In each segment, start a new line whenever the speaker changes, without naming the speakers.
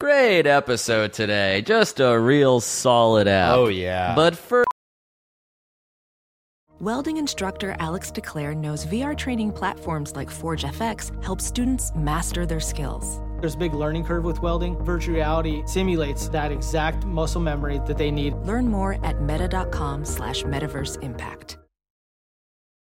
Great episode today. Just a real solid app.
Oh, yeah.
But first,
Welding instructor Alex DeClaire knows VR training platforms like ForgeFX help students master their skills.
There's a big learning curve with welding. Virtual reality simulates that exact muscle memory that they need.
Learn more at meta.com slash metaverse impact.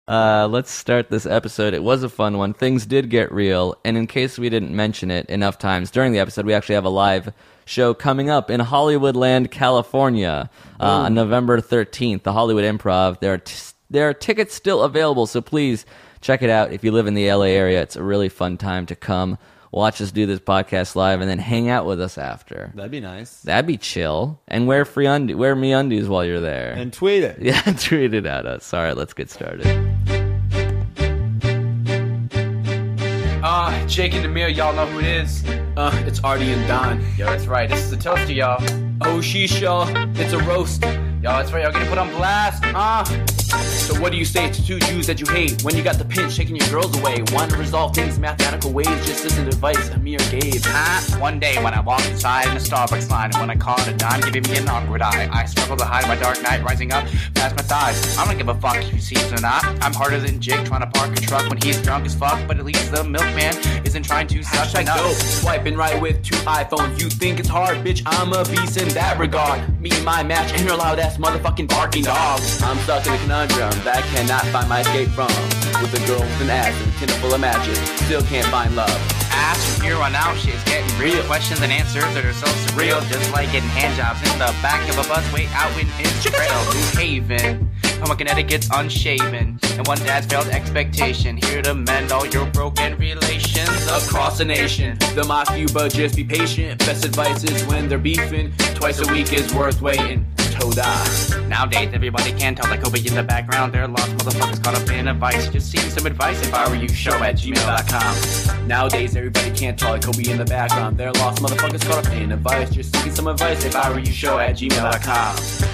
uh, let's start this episode. It was a fun one. Things did get real. And in case we didn't mention it enough times during the episode, we actually have a live show coming up in Hollywoodland, California uh, on November 13th, the Hollywood Improv. There are, t- there are tickets still available, so please check it out. If you live in the LA area, it's a really fun time to come. Watch us do this podcast live and then hang out with us after.
That'd be nice.
That'd be chill. And wear free und- wear me undies while you're there.
And tweet it.
yeah, tweet it at us. All right, let's get started.
Uh, Jake and Demir, y'all know who it is. Uh, it's Artie and Don. Yo, that's right. This is a toast to y'all. Oh, sheesh, y'all. It's a roast. Y'all, that's right. Y'all getting put on blast. Uh. So what do you say to two Jews that you hate when you got the pinch taking your girls away? One to resolve things mathematical ways just isn't advice Amir gave.
Huh? One day when I walked inside in a Starbucks line and when I caught a dime giving me an awkward eye, I struggled to hide my dark night rising up past my thighs. I don't give a fuck if he sees or not. I'm harder than Jake trying to park a truck when he's drunk as fuck, but at least the milkman isn't trying to suck my
Hashtag dope.
nuts.
Swiping right with two iPhones. You think it's hard, bitch? I'm a beast in that regard. Me and my match and your loud ass motherfucking barking dog. I'm stuck in a conundrum that I cannot find my escape from. With a girl with an ass and a tinder full of matches, still can't find love.
Ass from here on out, shit is getting real. Questions and answers that are so surreal, just like getting handjobs in the back of a bus wait out in his trail. New Haven. I'm a Connecticut's unshaven. And one dad's failed expectation. Here to mend all your broken relations
Across the nation, the my few but just be patient. Best advice is when they're beefing. Twice a week is worth waiting. Toda.
Nowadays, everybody can tell like Kobe in the background. They're lost motherfuckers caught up in advice. Just seeing some advice if I were you, show at gmail.com.
gmail.com. Nowadays, everybody can't talk. Kobe in the background. They're lost motherfuckers caught up in advice. Just seeking some advice if I were you, show at gmail.com.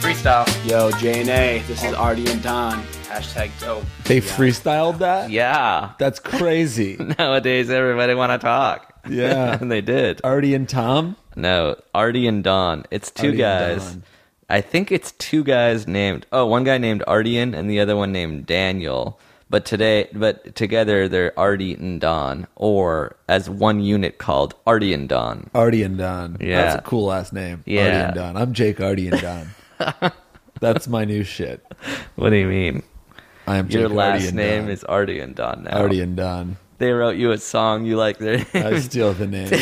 Freestyle.
Yo, JNA, this is Artie and Don. Hashtag dope.
They freestyled that?
Yeah.
That's crazy.
Nowadays, everybody want to talk.
Yeah.
and they did.
Artie and Tom?
No, Artie and Don. It's two
Artie and
guys.
Don.
I think it's two guys named. Oh, one guy named Artian and the other one named Daniel. But today, but together they're Artie and Don, or as one unit called Artie and Don.
Artie and Don.
Yeah.
That's a cool last name. Artie
Yeah.
and Don. I'm Jake Artie and Don. That's my new shit.
What do you mean?
I am
Your
Jake Artie
last
and
name
Don.
is Artie and Don now.
Artie and Don.
They wrote you a song. You like their
I steal the name.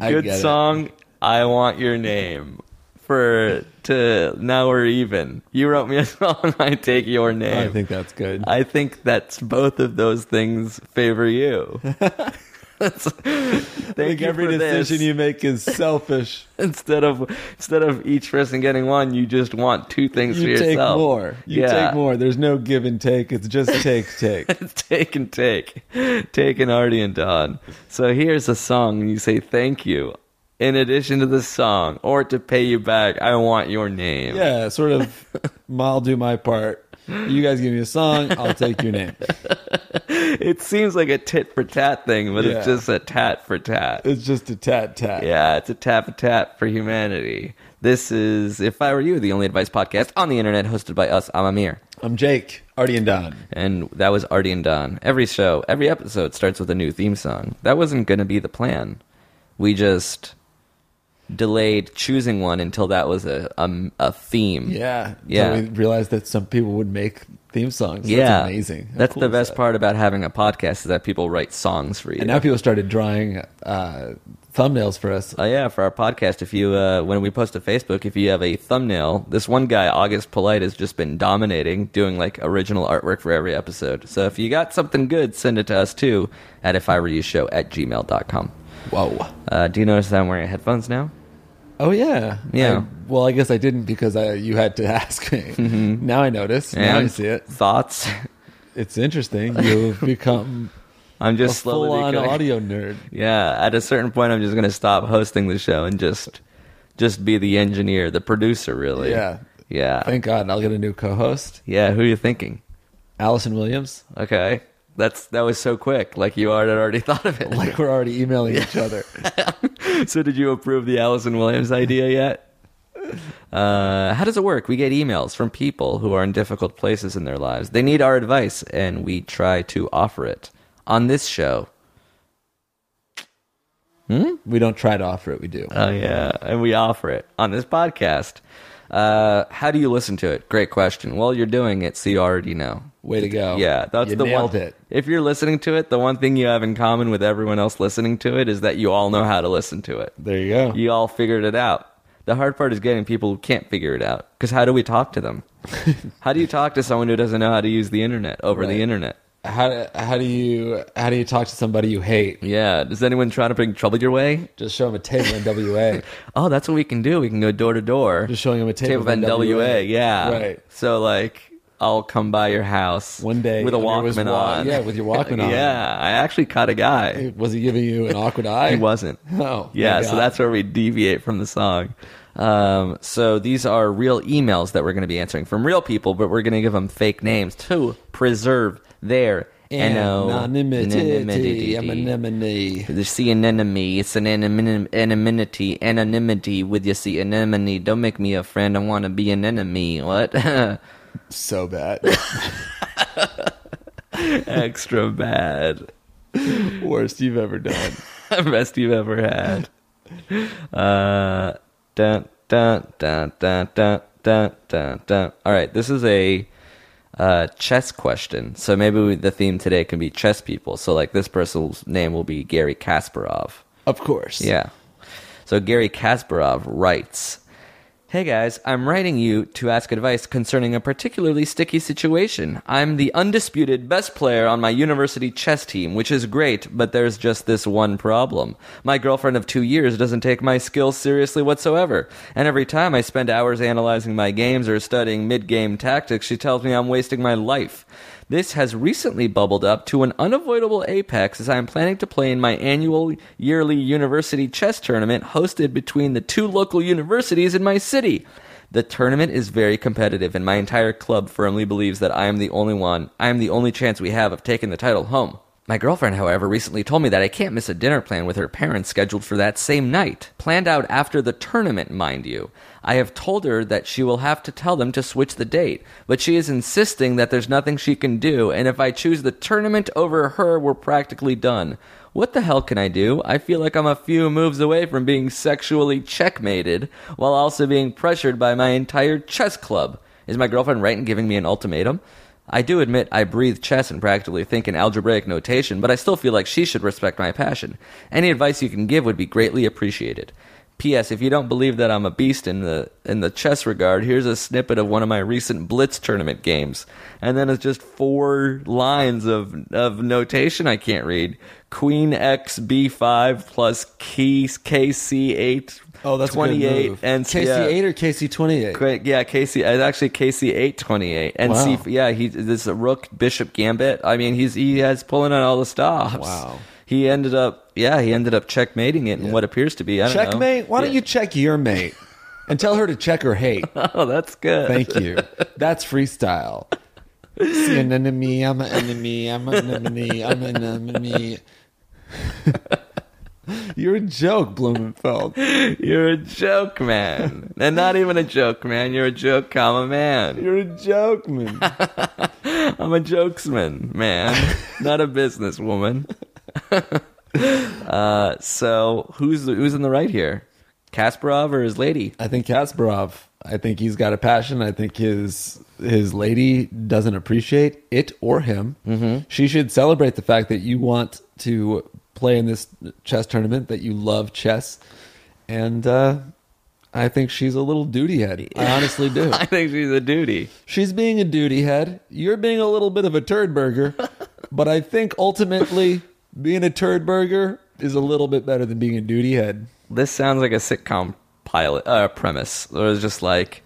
I
good
get it.
song. I want your name for to now we're even. You wrote me a song. I take your
I
name.
think that's good.
I think that's both of those things favor you. That's-
I
thank
think
you
every
for this.
decision you make is selfish.
instead of instead of each person getting one, you just want two things
you
for
take
yourself.
more. You
yeah.
take more. There's no give and take. It's just take, take.
take and take, take and Artie and Don. So here's a song, and you say thank you. In addition to the song, or to pay you back, I want your name.
Yeah, sort of. I'll do my part. You guys give me a song. I'll take your name.
It seems like a tit for tat thing, but
Yeah.
it's just a tat for tat.
It's just a tat tat.
Yeah, it's a tap a tap for humanity. This is If I Were You, the only advice podcast on the internet hosted by us, I'm Amir.
I'm Jake, Artie and Don.
And that was Artie and Don. Every show, every episode starts with a new theme song. That wasn't going to be the plan. We just delayed choosing one until that was a, a, a theme.
Yeah, So
Yeah.
we realized that some people would make theme songs.
yeah.
That's amazing. How
That's
cool
the
is
best
that?
part about having a podcast is that people write songs for you.
And now people started drawing uh, thumbnails for us.
Oh yeah, for our podcast, if you uh, when we post to Facebook, if you have a thumbnail, this one guy August Polite has just been dominating, doing like original artwork for every episode. So if you got something good, send it to us too at if I were you show at gmail.com.
Whoa.
Uh, do you notice that I'm wearing headphones now?
Oh yeah.
Yeah.
I- well, I guess I didn't because I you had to ask me.
Mm-hmm.
Now I notice. now I
And
see it.
Thoughts?
It's interesting. You've become
I'm
a
just slowly
full-on
becoming-
audio nerd.
Yeah, at a certain point, I'm just gonna stop hosting the show and just just be the engineer, the producer, really.
Yeah.
yeah,
Thank God, I'll get a new co-host,
yeah. Who are you thinking?
Allison Williams.
Okay. That's that was so quick. Like you already already thought of it.
Like we're already emailing each other.
so did you approve the Allison Williams idea yet? Uh, how does it work? We get emails from people who are in difficult places in their lives. They need our advice, and we try to offer it on this show.
We don't try to offer it. We do.
Oh yeah, and we offer it on this podcast. Uh, how do you listen to it? Great question. Well, you're doing it, so you already know.
Way to go.
Yeah, that's
you
the
nailed
one.
it.
If you're listening to it, the one thing you have in common with everyone else listening to it is that you all know how to listen to it.
There you go.
You all figured it out. The hard part is getting people who can't figure it out. Because how do we talk to them? how do you talk to someone who doesn't know how to use the internet over
Right.
the internet?
How how do you how do you talk to somebody you hate?
Yeah. Does anyone try to bring trouble your way?
Just show them a table in WA.
Oh, that's what we can do. We can go door to door.
Just showing them a table
Table
in
in WA. Yeah.
Right.
So like. I'll come by your house
One day,
with a
Amir was
Walkman
wa-
on.
yeah, with your Walkman on.
yeah, I actually caught a guy.
Was he giving you an awkward eye?
He wasn't.
Oh,
yeah.
thank
So
God.
that's where we deviate from the song. Um, so these are real emails that we're going to be answering from real people, but we're going to give them fake names to preserve their
anonymity.
anonymity.
Anonymity.
The sea anemone, it's an anonym- anonymity, anonymity with your sea anemone. Don't make me a friend, I want to be an enemy. What?
So bad.
Extra bad.
Worst you've ever done.
best you've ever had. Uh, dun, dun, dun, dun, dun, dun, dun, dun. All right, this is a uh, chess question. So maybe we, the theme today can be chess people. So, like, this person's name will be Gary Kasparov.
Of course.
Yeah. So Gary Kasparov writes Hey guys, I'm writing you to ask advice concerning a particularly sticky situation. I'm the undisputed best player on my university chess team, which is great, but there's just this one problem. My girlfriend of two years doesn't take my skills seriously whatsoever, and every time I spend hours analyzing my games or studying mid game tactics, she tells me I'm wasting my life. This has recently bubbled up to an unavoidable apex as I am planning to play in my annual yearly university chess tournament hosted between the two local universities in my city. The tournament is very competitive, and my entire club firmly believes that I am the only one, I am the only chance we have of taking the title home. My girlfriend, however, recently told me that I can't miss a dinner plan with her parents scheduled for that same night, planned out after the tournament, mind you. I have told her that she will have to tell them to switch the date, but she is insisting that there's nothing she can do, and if I choose the tournament over her, we're practically done. What the hell can I do? I feel like I'm a few moves away from being sexually checkmated while also being pressured by my entire chess club. Is my girlfriend right in giving me an ultimatum? I do admit I breathe chess and practically think in algebraic notation, but I still feel like she should respect my passion. Any advice you can give would be greatly appreciated. P.S. If you don't believe that I'm a beast in the in the chess regard, here's a snippet of one of my recent Blitz tournament games, and then it's just four lines of of notation I can't read. Queen X B five plus key KC eight.
Oh, that's
twenty eight and
and KC eight or KC twenty eight.
Great, yeah, Casey. It's actually Casey eight twenty eight, and
Wow.
C, yeah, he this Rook Bishop Gambit. I mean, he's he has pulling on all the stops.
Wow.
He ended up, yeah, he ended up checkmating it in what appears to be I don't know.
Checkmate. Why don't you check your mate and tell her to check her hate?
Oh, that's good.
Thank you. That's freestyle. See an enemy. I'm an enemy. I'm an enemy. I'm an enemy. You're a joke, Blumenfeld.
You're a joke, man, and not even a joke, man. You're a joke, comma man.
You're a joke, man.
I'm a jokesman, man, not a businesswoman. uh, so who's who's in the right here? Kasparov or his lady?
I think Kasparov. I think he's got a passion. I think his his lady doesn't appreciate it or him. Mm-hmm. She should celebrate the fact that you want to play in this chess tournament. That you love chess, and uh, I think she's a little duty head. I honestly do.
I think she's a duty.
She's being a duty head. You're being a little bit of a turd burger, but I think ultimately being a turd burger is a little bit better than being a duty head.
this sounds like a sitcom pilot uh, premise. It was just like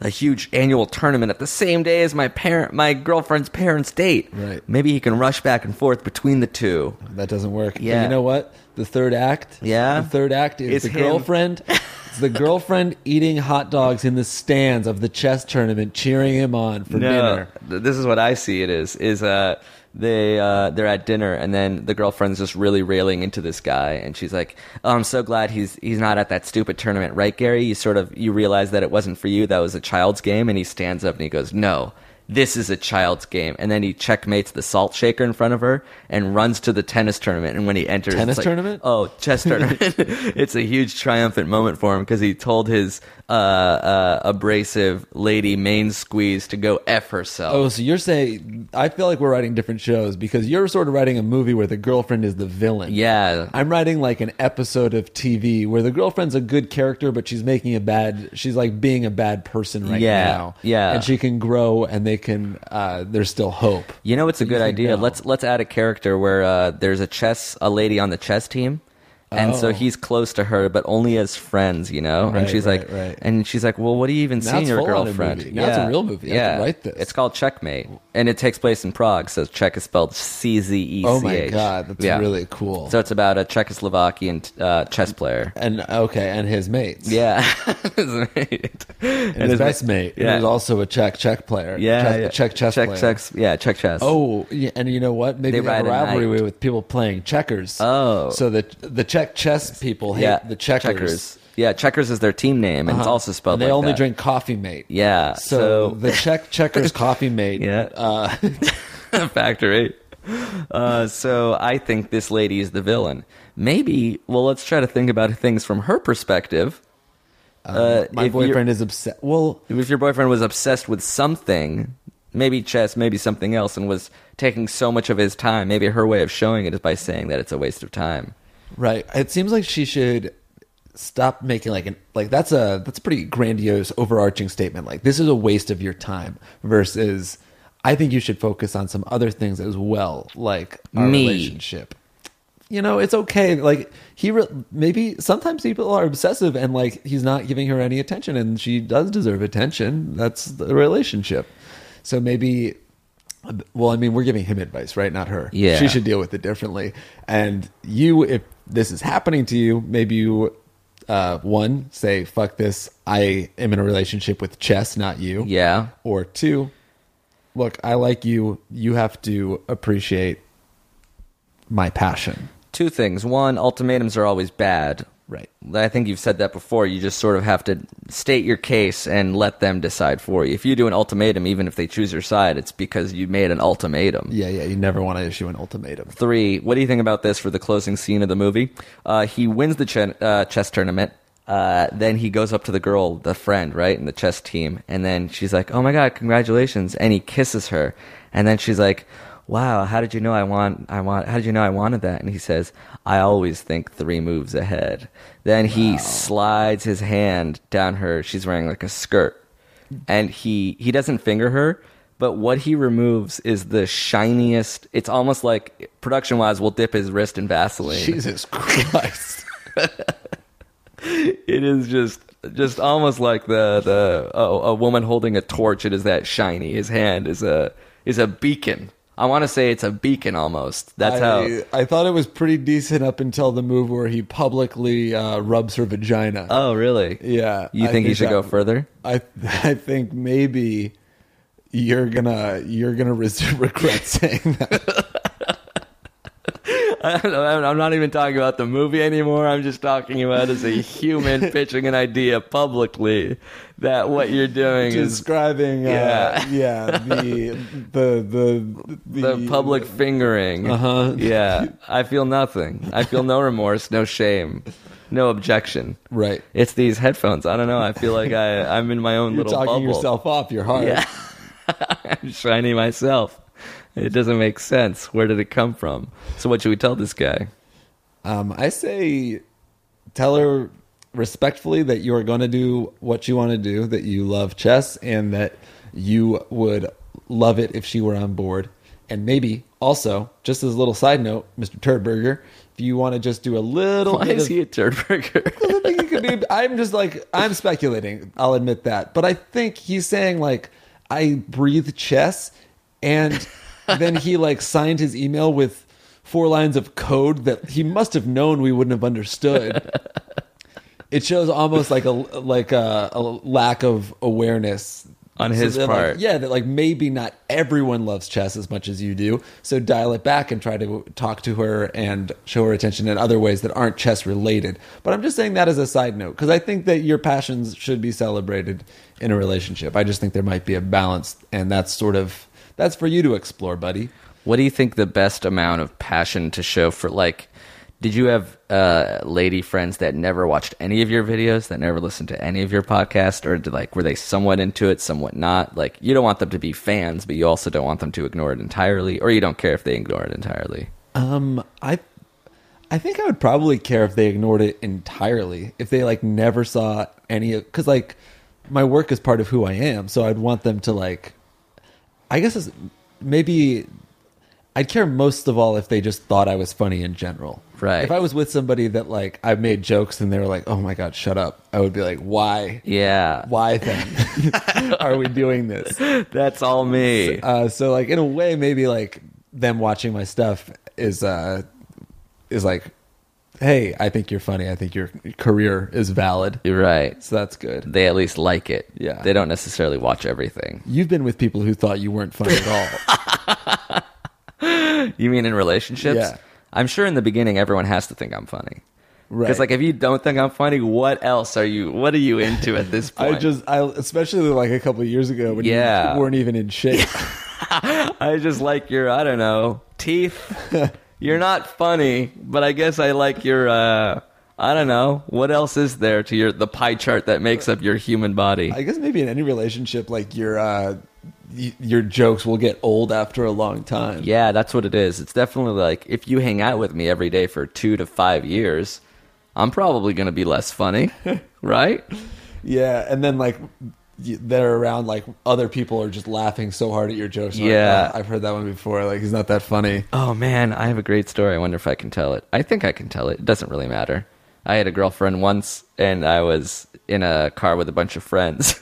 a huge annual tournament at the same day as my parent, my girlfriend's parents' date.
Right.
Maybe he can rush back and forth between the two.
That doesn't work. But
Yeah.
you know what? The third act.
Yeah?
The third act is
It's
the
him.
girlfriend. it's the girlfriend eating hot dogs in the stands of the chess tournament, cheering him on for dinner.
th- this is what I see. It is is uh, they uh, they're at dinner, and then the girlfriend's just really railing into this guy, and she's like, "Oh, I'm so glad he's he's not at that stupid tournament, right, Gary? You sort of you realize that it wasn't for you. That was a child's game." And he stands up and he goes, "No." This is a child's game, and then he checkmates the salt shaker in front of her and runs to the tennis tournament. And when he enters,
Tennis
it's like,
tournament?
Oh, chess tournament! it's a huge triumphant moment for him because he told his uh, uh, abrasive lady main squeeze to go f herself.
Oh, so you're saying I feel like we're writing different shows because you're sort of writing a movie where the girlfriend is the villain.
Yeah.
I'm writing like an episode of TV where the girlfriend's a good character, but she's making a bad. She's like being a bad person right
Yeah,
now.
yeah.
and she can grow, and they can. Uh, there's still hope.
You know, it's a good
think
idea.
no?
Let's let's add a character where uh, there's a chess a lady on the chess team, and so
Oh.
he's close to her, but only as friends. You know, and
Right,
she's
right,
like,
right.
and she's like, well, what do you even see in
That's
your
full-on a
girlfriend?
movie. Now it's a real movie. I have to write this.
It's called Checkmate, and it takes place in Prague. So check is spelled C Z E C H.
Oh my god, that's
Yeah.
really cool.
So it's about a Czechoslovakian uh, chess player.
and okay, and his mates.
Yeah, That's right.
and, his, best mate.
Yeah.
who's also a Czech Czech player.
yeah,
Czech,
yeah.
Czech chess
check,
player.
checks- yeah, check chess.
Oh, yeah, and you know what? Maybe
They
they, have a
ride a
rivalry
knight.
with people playing checkers.
Oh.
so the the Czech chess people hate
yeah,
the checkers.
Yeah, checkers is their team name, and it's
Uh-huh.
also spelled.
And they
like
only
that.
drink coffee mate.
Yeah,
So,
so-
the Czech checkers coffee mate.
Yeah.
Uh,
Factor eight. Uh, so I think this lady is the villain. Maybe. Well, let's try to think about things from her perspective. Uh,
Um, my
if your-
boyfriend is upset. Well,
If your boyfriend was obsessed with something, maybe chess, maybe something else, and was taking so much of his time, maybe her way of showing it is by saying that it's a waste of time.
right. It seems like she should stop making like an like that's a that's a pretty grandiose overarching statement. Like this is a waste of your time versus I think you should focus on some other things as well, like our
Me.
relationship. You know, it's okay. Like he re- maybe sometimes people are obsessive and like he's not giving her any attention and she does deserve attention. That's the relationship. So maybe well, I mean, we're giving him advice, right? Not her.
Yeah.
She should deal with it differently. And you, if this is happening to you, maybe you, uh, one, say, fuck this. I am in a relationship with chess, not you.
Yeah.
Or two, look, I like you. You have to appreciate my passion.
Two things. One, ultimatums are always bad.
Right.
I think you've said that before. You just sort of have to state your case and let them decide for you. If you do an ultimatum, even if they choose your side, it's because you made an ultimatum.
Yeah, yeah. You never want to issue an ultimatum.
Three, what do you think about this for the closing scene of the movie? Uh, he wins the chen- uh, chess tournament. Uh, then he goes up to the girl, the friend, right, in the chess team. And then she's like, oh my God, congratulations. And he kisses her. And then she's like, wow, how did you know I want, I want, how did you know I wanted that? And he says, I always think three moves ahead. Then he slides his hand down her. She's wearing like a skirt and he he doesn't finger her but what he removes is the shiniest it's almost like production wise will dip his wrist in vaseline
Jesus Christ.
it is just just almost like the the oh, a woman holding a torch it is that shiny his hand is a is a beacon i want to say it's a beacon almost that's how
I, I thought it was pretty decent up until the move where he publicly uh, rubs her vagina.
oh really
Yeah,
you
I
think, he should
that-
go further
I I think maybe you're gonna you're gonna res- regret saying that.
I'm not even talking about the movie anymore. I'm just talking about as a human pitching an idea publicly that what you're doing is
Describing,
Yeah.
yeah, uh, yeah, the the the
the public fingering.
Uh-huh.
Yeah. I feel nothing. I feel no remorse, no shame, no objection.
Right.
It's these headphones. I don't know. I feel like I, I'm in my own
You're
little
talking
bubble.
yourself off. You're hard.
Yeah. I'm shiny myself. It doesn't make sense. Where did it come from? So what should we tell this guy?
Um, I say tell her respectfully that you are going to do what you want to do, that you love chess, and that you would love it if she were on board. And maybe also, just as a little side note, Mr. Turdberger, if you want to just do a little
Why
bit
is
of,
he a turd burger?
I think it could be. I'm just like I'm speculating. I'll admit that, but I think he's saying like I breathe chess, and then he like signed his email with four lines of code that he must have known we wouldn't have understood. It shows almost like a like a, a lack of awareness
on his
So they're like,
part.
yeah, that like maybe not everyone loves chess as much as you do. So dial it back and try to talk to her and show her attention in other ways that aren't chess related. But I'm just saying that as a side note because I think that your passions should be celebrated in a relationship. I just think there might be a balance, and that's sort of that's for you to explore, buddy.
What do you think the best amount of passion to show for like? Did you have uh, lady friends that never watched any of your videos, that never listened to any of your podcast, or did, like were they somewhat into it, somewhat not? Like you don't want them to be fans, but you also don't want them to ignore it entirely, or you don't care if they ignore it entirely.
Um, I, I think I would probably care if they ignored it entirely. If they like never saw any of, because like my work is part of who I am, so I'd want them to like. I guess it's maybe I'd care most of all if they just thought I was funny in general.
Right.
If I was with somebody that like I made jokes and they were like, "Oh my god, shut up," I would be like, "Why?
Yeah,
Why then are we doing this?"
that's all me.
Uh, so like in a way, maybe like them watching my stuff is uh is like, hey, I think you're funny. I think your career is valid.
You're right.
So that's good.
They at least like it.
Yeah.
they don't necessarily watch everything.
You've been with people who thought you weren't funny at all.
You mean in relationships?
Yeah.
I'm sure in the beginning everyone has to think I'm funny.
Right.
Because like if you don't think I'm funny, what else are you? What are you into at this point?
I just, I especially like a couple of years ago when
Yeah.
you weren't even in shape.
I just like your I don't know teeth. You're not funny, but I guess I like your uh, I don't know what else is there to your the pie chart that makes up your human body.
I guess maybe in any relationship, like your uh, y- your jokes will get old after a long time.
Yeah, that's what it is. It's definitely like if you hang out with me every day for two to five years, I'm probably gonna be less funny, right?
Yeah, and then like y- they're around like other people are just laughing so hard at your jokes. Like,
Yeah.
"Oh, I've heard that one before. Like he's not that funny.
Oh man, I have a great story. I wonder if I can tell it. I think I can tell it. It doesn't really matter. I had a girlfriend once, and I was in a car with a bunch of friends.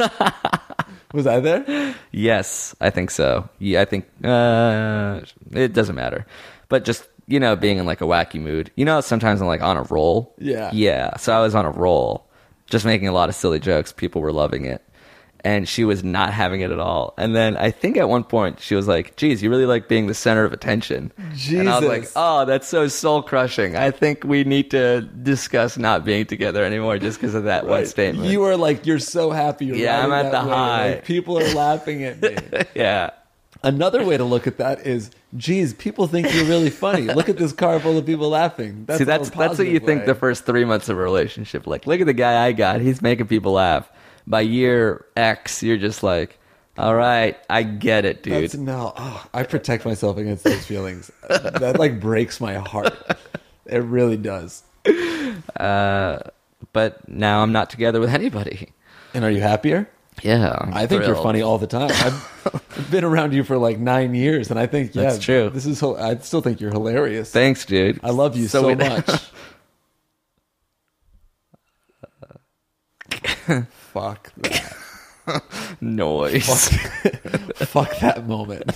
Was I there?
yes, I think so. Yeah, I think uh, it doesn't matter. But just you know, being in like a wacky mood. You know, sometimes I'm like on a roll.
Yeah.
yeah. So I was on a roll, just making a lot of silly jokes. People were loving it. And she was not having it at all. And then I think at one point she was like, "Geez, you really like being the center of attention." And I was like,
Jesus.
"Oh, that's so soul crushing. I think we need to discuss not being together anymore just because of that one statement."
You are like you're so happy. You're
Yeah, I'm
riding
at
that
the
wave.
high.
Like, people are laughing at me.
yeah.
Another way to look at that is, geez, people think you're really funny. Look at this car full of people laughing. That's
See,
all
that's
a
that's what
positive
you think
way.
the first three months of a relationship. Like, look at the guy I got; he's making people laugh. By year X, you're just like, all right, I get it, dude.
That's no. Oh, I protect myself against those feelings. that like breaks my heart. It really does.
but now I'm not together with anybody.
And are you happier?
Yeah, I'm
I think you're
thrilled.
funny all the time. I've been around you for like nine years, and I think yeah,
That's true.
This is hil- I still think you're hilarious.
Thanks, dude.
I love you so,
we-
much. Fuck that.
Noise.
Fuck that moment.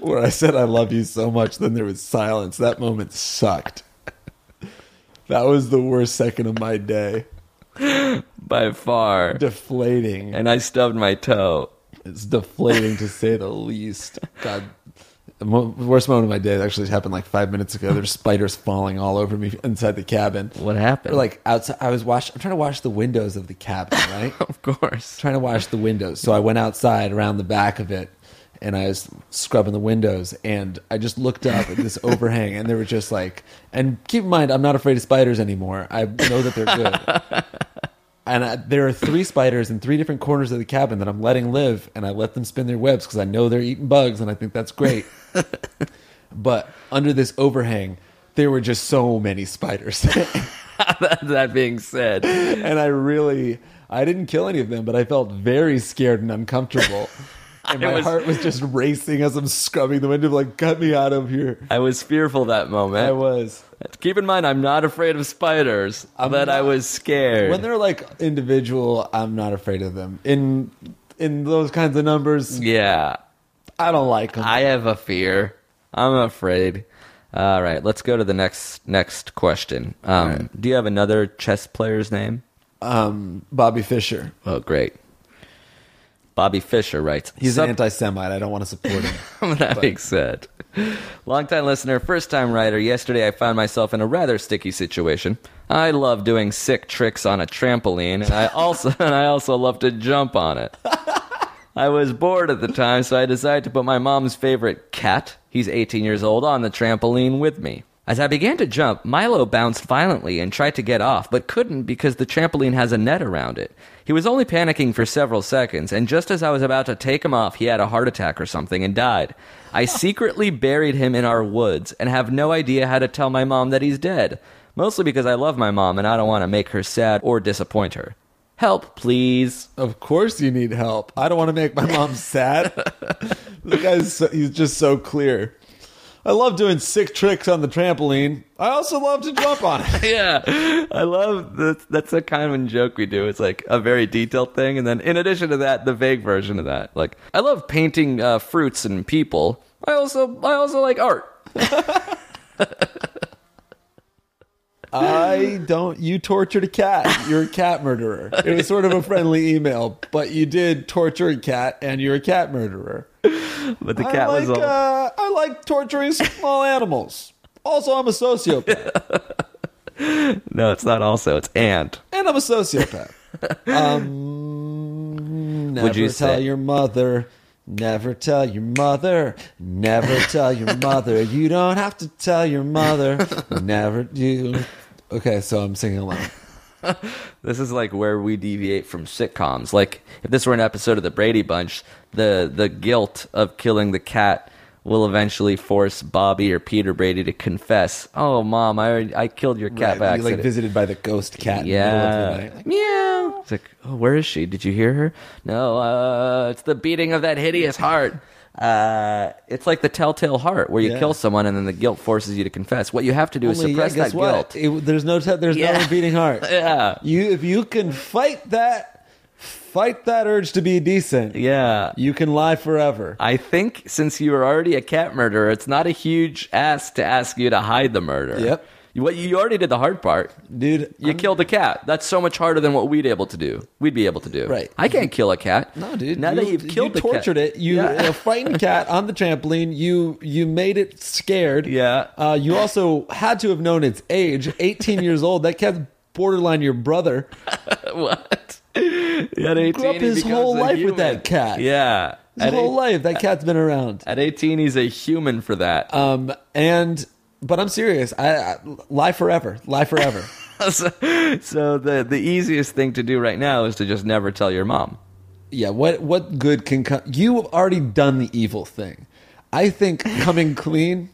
Where I said I love you so much, then there was silence. That moment sucked. That was the worst second of my day.
by far.
Deflating.
and I stubbed my toe.
It's deflating to say the least. God, the mo- worst moment of my day actually happened like five minutes ago. There's spiders falling all over me inside the cabin.
What happened?
Or like outside, I was wash. I'm trying to wash the windows of the cabin, right?
Of course.
trying to wash the windows. So I went outside around the back of it and I was scrubbing the windows and I just looked up at this overhang and they were just like and keep in mind I'm not afraid of spiders anymore. I know that they're good. and I, there are three spiders in three different corners of the cabin that I'm letting live and I let them spin their webs cuz I know they're eating bugs and I think that's great. but under this overhang there were just so many spiders.
that being said,
and I really, I didn't kill any of them, but I felt very scared and uncomfortable. And my
was-
heart was just racing as I'm scrubbing the window, like, "Cut me out of here!"
I was fearful that moment.
I was.
Keep in mind, I'm not afraid of spiders, but I
not-
was scared.
When they're like individual, I'm not afraid of them. In in those kinds of numbers,
yeah,
I don't like them.
I have a fear. I'm afraid. All right, let's go to the next next question. Um, Do you have another chess player's name?
um, Bobby Fischer.
Oh, great. Bobby Fisher writes.
He's
"Sup-
an anti-Semite. I don't want to support him.
that being said, longtime listener, first time writer, yesterday I found myself in a rather sticky situation. I love doing sick tricks on a trampoline, and I also and I also love to jump on it. I was bored at the time, so I decided to put my mom's favorite cat, he's 18 years old, on the trampoline with me. As I began to jump, Milo bounced violently and tried to get off, but couldn't because the trampoline has a net around it. He was only panicking for several seconds, and just as I was about to take him off, he had a heart attack or something and died. I secretly buried him in our woods and have no idea how to tell my mom that he's dead, mostly because I love my mom and I don't want to make her sad or disappoint her. Help, please.
Of course, you need help. I don't want to make my mom sad. the guy's so, he's just so clear. I love doing sick tricks on the trampoline. I also love to jump on it.
yeah, I love that. That's a kind of joke we do. It's like a very detailed thing, and then in addition to that, the vague version of that. Like, I love painting uh, fruits and people. I also, I also like art.
I don't. You tortured a cat. You're a cat murderer. It was sort of a friendly email, but you did torture a cat, and you're a cat murderer.
But the
I
cat
like,
was all.
Uh, I like torturing small animals. Also, I'm a sociopath,
no, it's not. Also, it's and.
and I'm a sociopath. Um, never
you
tell
say-
your mother. Never tell your mother. Never tell your mother. You don't have to tell your mother. Never do. Okay, so I'm singing along.
This is like where we deviate from sitcoms. Like if this were an episode of The Brady Bunch, the the guilt of killing the cat will eventually force Bobby or Peter Brady to confess. Oh, mom, I already- I killed your cat by
you
accident.
like visited by the ghost cat. in the middle of the
yeah,
night.
meow. It's like, oh, where is she? Did you hear her? No, uh, it's the beating of that hideous heart. Uh, it's like the telltale heart, where you
Yeah.
kill someone and then the guilt forces you to confess. What you have to do is
Only, yeah,
suppress
guess
that
what?
guilt.
It- there's no te- there's
Yeah.
no beating heart.
Yeah,
You if you can fight that, fight that urge to be decent.
yeah.
You can lie forever.
I think since you were already a cat murderer, it's not a huge ask to ask you to hide the murder.
Yep.
You- What you already did the hard part.
Dude,
You
I'm-
killed a cat. That's so much harder than what we'd able to do. We'd be able to do.
Right.
I can't kill a cat.
No, dude.
Now that
you-
you've killed
you
the cat-
tortured it. You
Yeah.
a frightened cat on the trampoline. You you made it scared.
Yeah.
Uh, you also had to have known its age. 18 years old. That cat's borderline your brother.
what? At eighteen,
Grew up
he
his
becomes
whole
a
life
human.
with that cat.
Yeah.
His
at,
whole
eight-
life that cat's been around.
at eighteen, he's a human for that.
Um and but I'm serious. I, I lie forever. Lie forever.
so, so the the easiest thing to do right now is to just never tell your mom.
Yeah, what what good can come? You've already done the evil thing. I think coming clean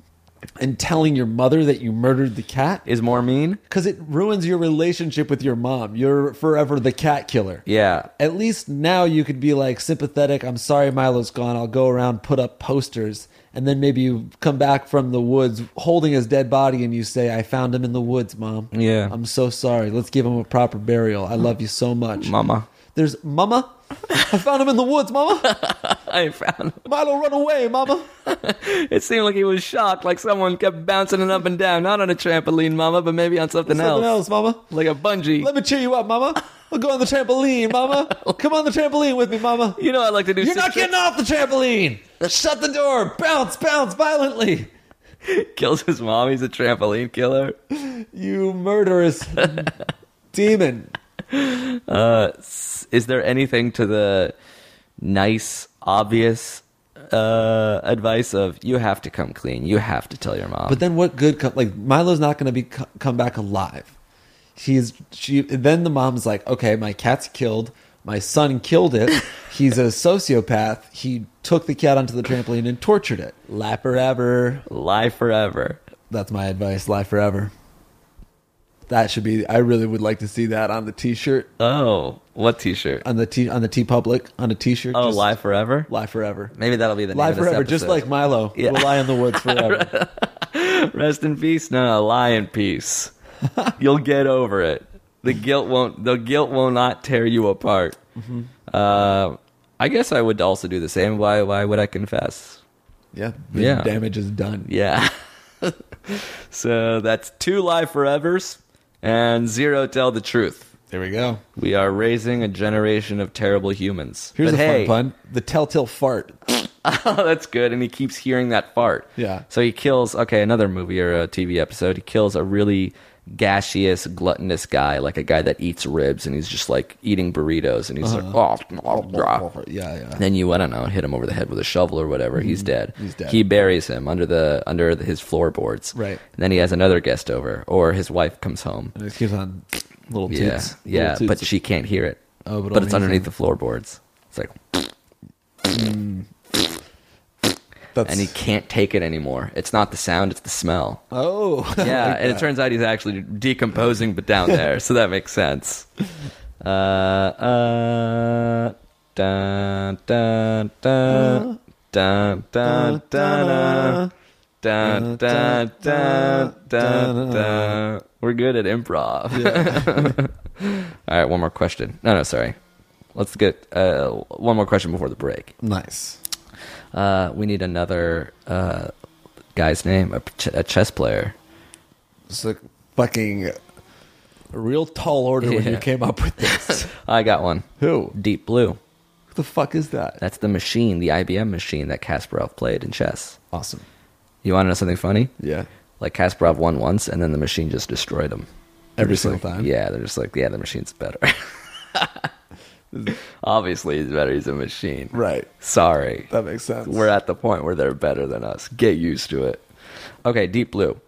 and telling your mother that you murdered the cat
Is more mean.
because it ruins your relationship with your mom. You're forever the cat killer.
Yeah.
At least now you could be like sympathetic. I'm sorry Milo's gone. I'll go around put up posters and then maybe you come back from the woods holding his dead body and you say I found him in the woods, mom.
Yeah.
I'm so sorry. Let's give him a proper burial. I love you so much.
Mama.
There's Mama. I found him in the woods, Mama.
I found.
Milo, run away, Mama.
It seemed like he was shocked, like someone kept bouncing it up and down, not on a trampoline, mama, but maybe on something,
Something else, Mama.
like a bungee.
Let me cheer you up, Mama. We'll go on the trampoline, Mama. Come on the trampoline with me, Mama.
you know, I like to do.
You're
sick
not getting off the trampoline. Shut the door. Bounce, bounce violently.
tricks. Kills his mom. He's a trampoline killer.
You murderous demon.
Uh, Is there anything to the nice, obvious uh, advice of you have to come clean, you have to tell your mom?
But then what good come like Milo's not going to be co- come back alive. He's she then the mom's like, "Okay, my cat's killed. My son killed it. He's a sociopath. He took the cat onto the trampoline and tortured it. Lie forever.
lie forever.
That's my advice. Lie forever." That should be I really would like to see that on the t-shirt
Oh, what T-shirt?
on the t on the T public on a t-shirt.
oh,
Just
lie forever.
Lie forever.
Maybe that'll be the
Lie
name Of
forever,
this
just like
episode.
Milo.
Yeah.
We'll lie in the woods forever.
Rest in peace? No, no, lie in peace. You'll get over it. The guilt won't. The guilt will not tear you apart.
Mm-hmm.
Uh, I guess I would also do the same. Why? Why would I confess?
yeah. The
Yeah.
damage is done.
Yeah. so that's two lie forevers and zero tell the truth.
There we go.
We are raising a generation of terrible humans.
Here's
But
a
hey,
fun pun: the telltale fart.
oh, that's good. And he keeps hearing that fart.
Yeah.
So he kills, okay, another movie or a TV episode. He kills a really gaseous, gluttonous guy, like a guy that eats ribs and he's just like eating burritos and he's
Uh-huh.
like, oh, blah, blah."
yeah, yeah.
Then you, I don't know, hit him over the head with a shovel or whatever. He's dead.
Mm-hmm. He's dead.
He buries him under the under the, his floorboards.
Right.
And then he has another guest over, or his wife comes home.
And it keeps on little
Yeah,
tits.
yeah,
little
but
tits.
she can't hear it.
Oh, but
but, it's
only
underneath
him.
the floorboards. It's like,
That's,
and he can't take it anymore. It's not the sound; it's the smell.
oh
Yeah, and it turns out he's actually decomposing, but down there, so that makes sense. Uh, uh, dun, dun, dun, dun, dun, dun, dun, dun, dun, dun, dun, dun. We're good at improv. All right, one more question. No, no, sorry. Let's get uh, one more question before the break.
nice.
Uh, we need another uh, guy's name, a, ch- a chess player.
It's a fucking a real tall order when you
Yeah.
came up with this.
I got one.
Who?
Deep Blue.
Who the fuck is that?
That's the machine, the IBM machine that Kasparov played in chess.
awesome.
You want to know something funny?
Yeah.
Like Kasparov won once, and then the machine just destroyed him.
Every
Just
single
like,
time.
Yeah, they're just like, yeah, the machine's better. Obviously, he's better. He's a machine.
Right.
Sorry.
That makes sense.
We're at the point where they're better than us. Get used to it. Okay, Deep Blue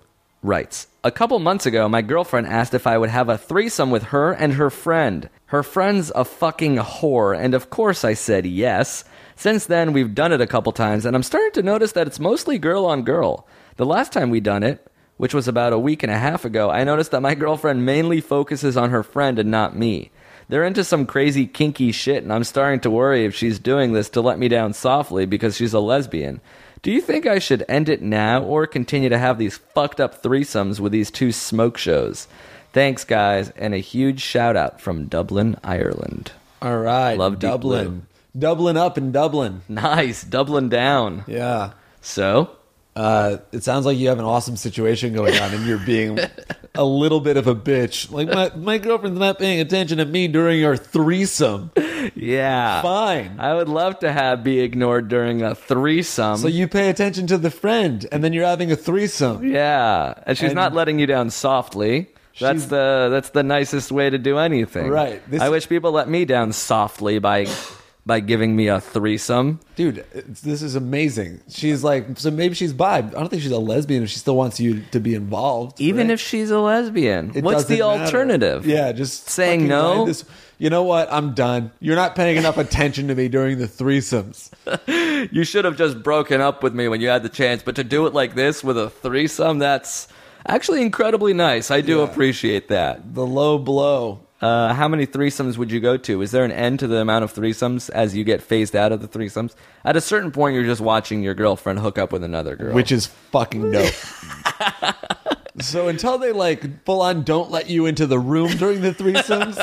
writes A couple months ago, my girlfriend asked if I would have a threesome with her and her friend. Her friend's a fucking whore, and of course I said yes. Since then, we've done it a couple times, and I'm starting to notice that it's mostly girl on girl. The last time we done it, which was about a week and a half ago, I noticed that my girlfriend mainly focuses on her friend and not me. They're into some crazy kinky shit, and I'm starting to worry if she's doing this to let me down softly because she's a lesbian. Do you think I should end it now or continue to have these fucked up threesomes with these two smoke shows? Thanks, guys, and a huge shout out from Dublin, Ireland.
All right.
Love Deep
Dublin. Dublin up in Dublin.
Nice, Dublin down.
Yeah.
So,
Uh, it sounds like you have an awesome situation going on, and you're being a little bit of a bitch. Like my my girlfriend's not paying attention to me during our threesome.
yeah.
Fine.
I would love to have be ignored during a threesome.
So you pay attention to the friend, and then you're having a threesome.
Yeah, and she's
And-
not letting you down softly. That's
She's-
the that's the nicest way to do anything.
Right, this-
I wish people let me down softly by by giving me a threesome.
Dude, it's, this is amazing. She's like, so maybe she's bi. I don't think she's a lesbian if she still wants you to be involved.
Even
right?
if she's a lesbian,
It
what's the
doesn't matter.
alternative?
Yeah, just
Saying
fucking
no?
write This, you know what? I'm done. You're not paying enough attention to me during the threesomes.
you should have just broken up with me when you had the chance. But to do it like this with a threesome, that's actually incredibly nice. I do
Yeah.
appreciate that.
The low blow.
Uh, how many threesomes would you go to? Is there an end to the amount of threesomes as you get phased out of the threesomes? At a certain point, you're just watching your girlfriend hook up with another girl.
which is fucking dope. so until they like full on don't let you into the room during the threesomes,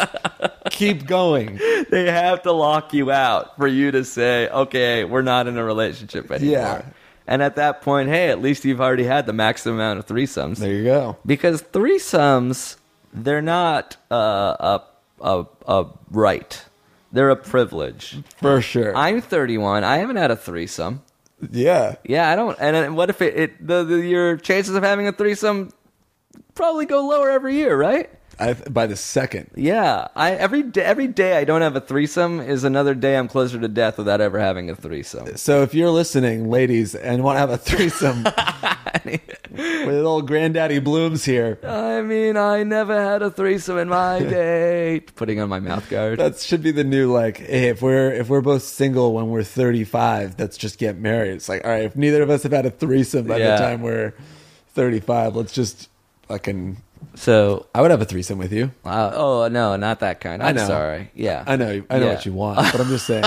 keep going.
they have to lock you out for you to say, okay, we're not in a relationship anymore.
Yeah.
And at that point, hey, at least you've already had the maximum amount of threesomes.
There you go.
because threesomes they're not uh, a, a, a right they're a privilege
For sure.
i'm 31 i haven't had a threesome
yeah.
yeah i don't and, and what if it, it the, the, your chances of having a threesome probably go lower every year right
I, by the second.
yeah i every day every day i don't have a threesome is another day i'm closer to death without ever having a threesome
So if you're listening, ladies, and want to have a threesome with old Granddaddy Blooms here,
i mean i never had a threesome in my day putting on my mouth guard
that should be the new like. Hey, if we're if we're both single when we're 35, let's just get married. It's like all right, if neither of us have had a threesome by
Yeah.
the time we're 35, let's just fucking
so
I would have a threesome with you.
Uh, oh no, not that kind. I'm
know.
sorry. Yeah,
I know. I know
Yeah.
what you want, but I'm just saying.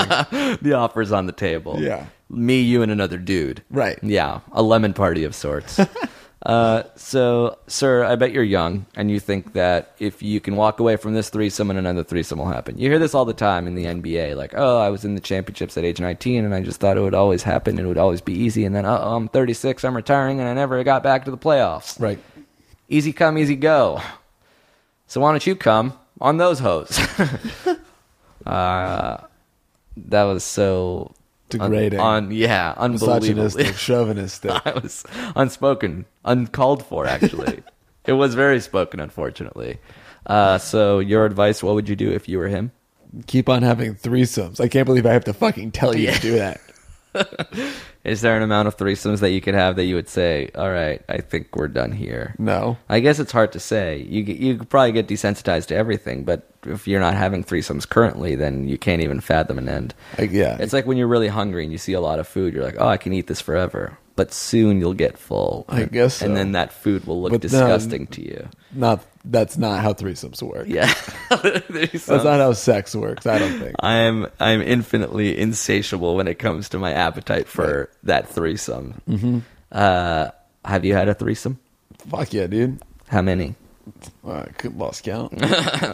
The offer's on the table.
Yeah.
me, you, and another dude.
Right.
Yeah, a lemon party of sorts. uh, so, sir, I bet you're young, and you think that if you can walk away from this threesome, and another threesome will happen. You hear this all the time in the NBA. Like, oh, I was in the championships at age 19, and I just thought it would always happen, and it would always be easy. And then, uh oh, I'm 36, I'm retiring, and I never got back to the playoffs.
right.
Easy come, easy go. So why don't you come? on those hoes. uh, that was so un-
Degrading.
on yeah, unbelievably.
misogynistic, chauvinistic.
I was unspoken, uncalled for. Actually, it was very spoken, unfortunately. Uh, so, your advice? What would you do if you were him?
Keep on having threesomes. I can't believe I have to fucking tell you to do that.
Is there an amount of threesomes that you could have that you would say, "All right, I think we're done here"?
No.
I guess it's hard to say. You g- you could probably get desensitized to everything, but if you're not having threesomes currently, then you can't even fathom an end.
Like, yeah.
It's like when you're really hungry and you see a lot of food, you're like, "Oh, I can eat this forever." But soon you'll get full.
I guess
And
so.
then that food will look
But um, then-
disgusting to you.
not that's not how threesomes work.
Yeah. Uh,
That's not how sex works, I don't think.
I am I'm infinitely insatiable when it comes to my appetite for that threesome. Mm-hmm. Uh, have you had a threesome?
Fuck yeah, dude.
How many?
Uh, I could- lost count.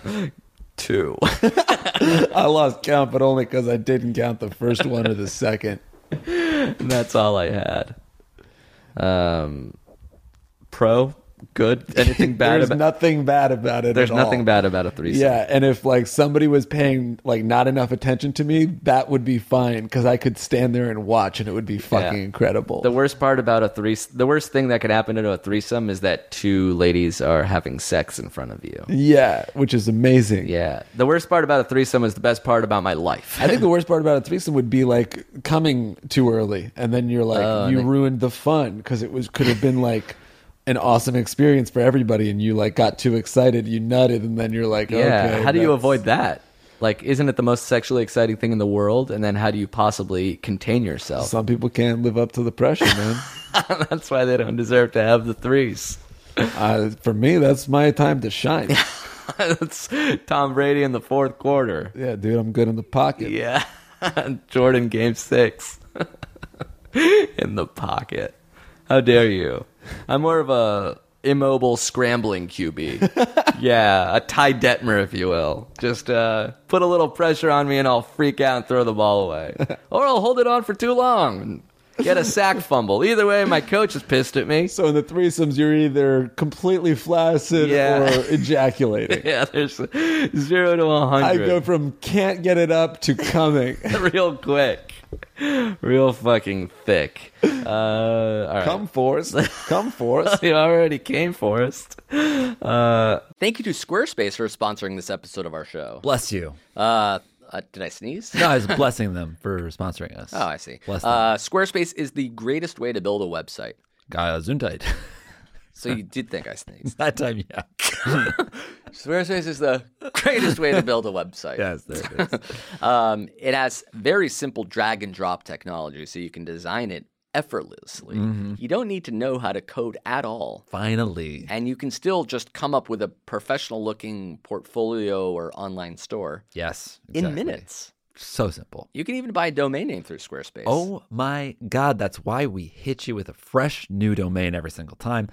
Two.
I lost count, but only because I didn't count the first one or the second.
That's all I had. Um, pro good. Anything bad
There's
about?
nothing bad about it.
there's
at
nothing
all.
bad about a threesome.
Yeah, and if like somebody was paying like not enough attention to me, that would be fine because I could stand there and watch, and it would be fucking
Yeah.
incredible.
The worst part about a threes, the worst thing that could happen to a threesome is that two ladies are having sex in front of you.
yeah, which is amazing.
Yeah. The worst part about a threesome is the best part about my life.
I think the worst part about a threesome would be like coming too early, and then you're like
Oh,
you
and it-
ruined the fun because it was could have been like an awesome experience for everybody, and you like got too excited, you nutted, and then you're like,
Yeah.
okay,
how do you
that's-
avoid that? Like, isn't it the most sexually exciting thing in the world? And then how do you possibly contain yourself?
Some people can't live up to the pressure, man.
That's why they don't deserve to have the threes.
uh, for me, that's my time to shine.
That's Tom Brady in the fourth quarter.
Yeah, dude, I'm good in the pocket.
Yeah. Jordan game six. In the pocket. How dare you? I'm more of a immobile scrambling QB. yeah, a Ty Detmer, if you will. Just uh, put a little pressure on me and I'll freak out and throw the ball away. Or I'll hold it on for too long and get a sack fumble. Either way, my coach is pissed at me.
So in the threesomes, you're either completely flaccid
Yeah.
or ejaculating.
Yeah, there's zero to a
I
hundred.
go from can't get it up to coming.
real quick, real fucking thick. Uh, all right.
Come forth, come forth.
You already came for us. Uh,
Thank you to Squarespace for sponsoring this episode of our show.
Bless you.
Uh, uh, did I sneeze?
No, I was blessing them for sponsoring us.
Oh, I see.
Bless them.
Uh, Squarespace is the greatest way to build a website.
Uh, Zundite.
So you did think I sneezed.
that time, yeah.
Squarespace is the greatest way to build a website.
Yes, there it is.
Um, it has very simple drag and drop technology, so you can design it effortlessly. You don't need to know how to code at all.
Finally.
And you can still just come up with a professional looking portfolio or online store
Yes.
in
exactly.
minutes.
So simple.
You can even buy a domain name through Squarespace.
Oh my God, that's why we hit you with a fresh new domain every single time.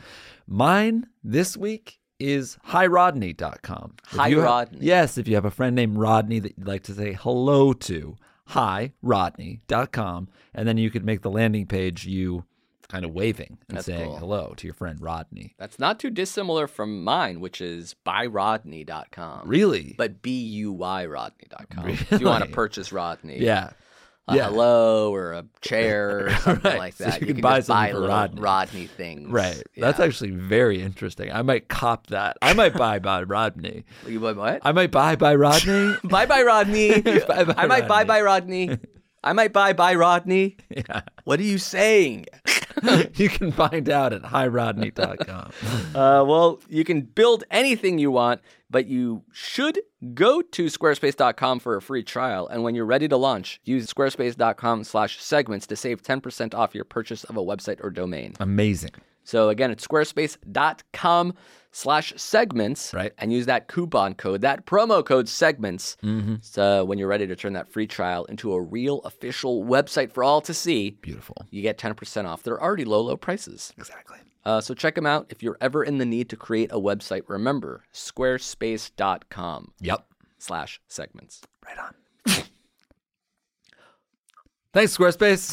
Mine this week is hirodney.com. If you have-
Hirodney.
Yes, if you have a friend named Rodney that you'd like to say hello to, hirodney.com. And then you could make the landing page you kind of waving and
That's
saying
cool.
hello to your friend Rodney.
That's not too dissimilar from mine, which is buyrodney.com.
Really?
But B U Y Rodney.com. If you want to
Really?
purchase Rodney,
yeah.
a
yeah.
hello or a chair or something
Right,
like
so
that.
you can buy
just
something
buy
for
little
Rodney.
Rodney things.
Right. That's
Yeah.
actually very interesting. I might cop that. I might buy by Rodney.
You buy what?
I might buy by Rodney.
bye bye Rodney.
bye,
I might
Rodney.
buy bye Rodney. I might buy bye Rodney. What are you saying?
you can find out at highrodney.com.
Uh, well, you can build anything you want, but you should go to squarespace.com for a free trial. And when you're ready to launch, use squarespace.com slash segments to save 10% off your purchase of a website or domain.
Amazing.
So again, it's squarespace.com slash segments.
Right.
And use that coupon code, that promo code segments.
Mm-hmm.
So when you're ready to turn that free trial into a real official website for all to see,
Beautiful.
you get 10% off. They're already low, low prices.
Exactly.
Uh, so check them out if you're ever in the need to create a website. Remember, squarespace.com
Yep.
slash segments.
Right on. Thanks, Squarespace.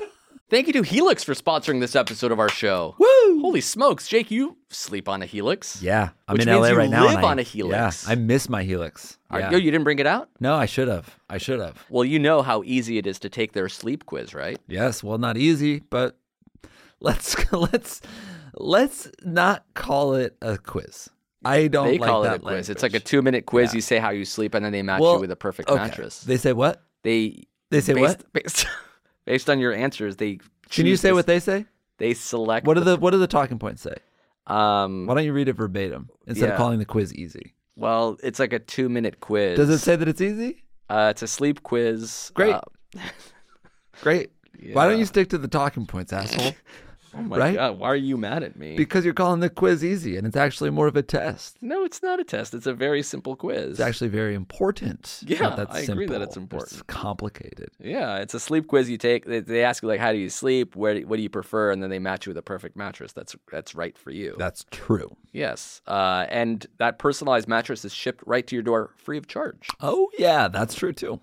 Thank you to Helix for sponsoring this episode of our show. Woo! Holy smokes, Jake, you sleep on a Helix.
Yeah, I'm
Which
in
means
LA
you
right now. and
live
I-
on a Helix.
Yeah, I miss my Helix.
Are-
Yeah.
Yo, you didn't bring it out?
no, I should have. I should have.
Well, you know how easy it is to take their sleep quiz, right?
Yes, well, not easy, but let's let's let's not call it a quiz. I don't.
They
like
call it a
that
quiz. It's like a two minute quiz. You say how you sleep, and then they match you with a perfect mattress.
They say what?
They
They say
based,
what?
Based, based on your answers, they
Can you
choose
say
this-
what they say?
they select.
What are the what do the talking points say?
um?
Why don't you read it verbatim instead
Yeah.
of calling the quiz easy?
Well, it's like a two minute quiz.
Does it say that it's easy?
Uh, it's a sleep quiz.
Great.
Uh,
Great. Why don't you stick to the talking points, asshole?
oh my
Right?
god! Why are you mad at me?
because you're calling the quiz easy, and it's actually more of a test.
no, it's not a test. It's a very simple quiz.
It's actually very important. It's
Yeah,
not that
I agree that
simple.
it's important.
It's complicated.
yeah, it's a sleep quiz. You take. They, they ask you like, how do you sleep? Where? do- What do you prefer? And then they match you with a perfect mattress. That's that's right for you.
That's true.
Yes. Uh, and that personalized mattress is shipped right to your door free of charge.
Oh yeah, that's true too.